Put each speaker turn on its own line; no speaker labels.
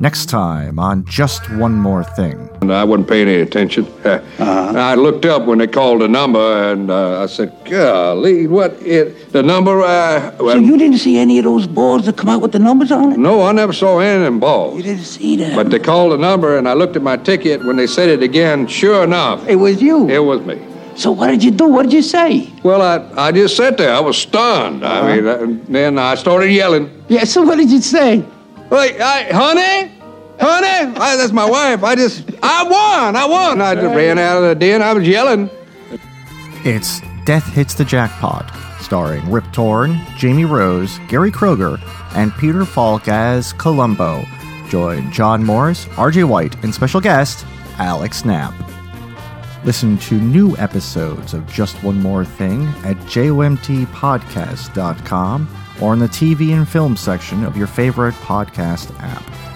Next time on Just One More Thing.
And I wasn't paying any attention.
Uh-huh.
And I looked up when they called the number, and uh, I said, "Golly, what it? The number? I,
So
well,
you didn't see any of those boards that come out with the numbers on it?
no, I never saw any
You
involved."
didn't see them.
But they called the number, and I looked at my ticket. When they said it again, sure enough,
it was you.
it was me.
so what did you do? What did you say?
Well, I, I just sat there. I was stunned.
Uh-huh.
I mean, uh, then I started yelling.
Yeah, so what did you say?
Like, I, honey, honey, I, that's my wife. I just, I won, I won. I just ran out of the den. I was yelling.
It's Death Hits the Jackpot, starring Rip Torn, Jamie Rose, Gary Kroger, and Peter Falk as Columbo. Join John Morris, RJ White, and special guest, Alex Knapp. Listen to new episodes of Just One More Thing at jomtpodcast.com or in the TV and film section of your favorite podcast app.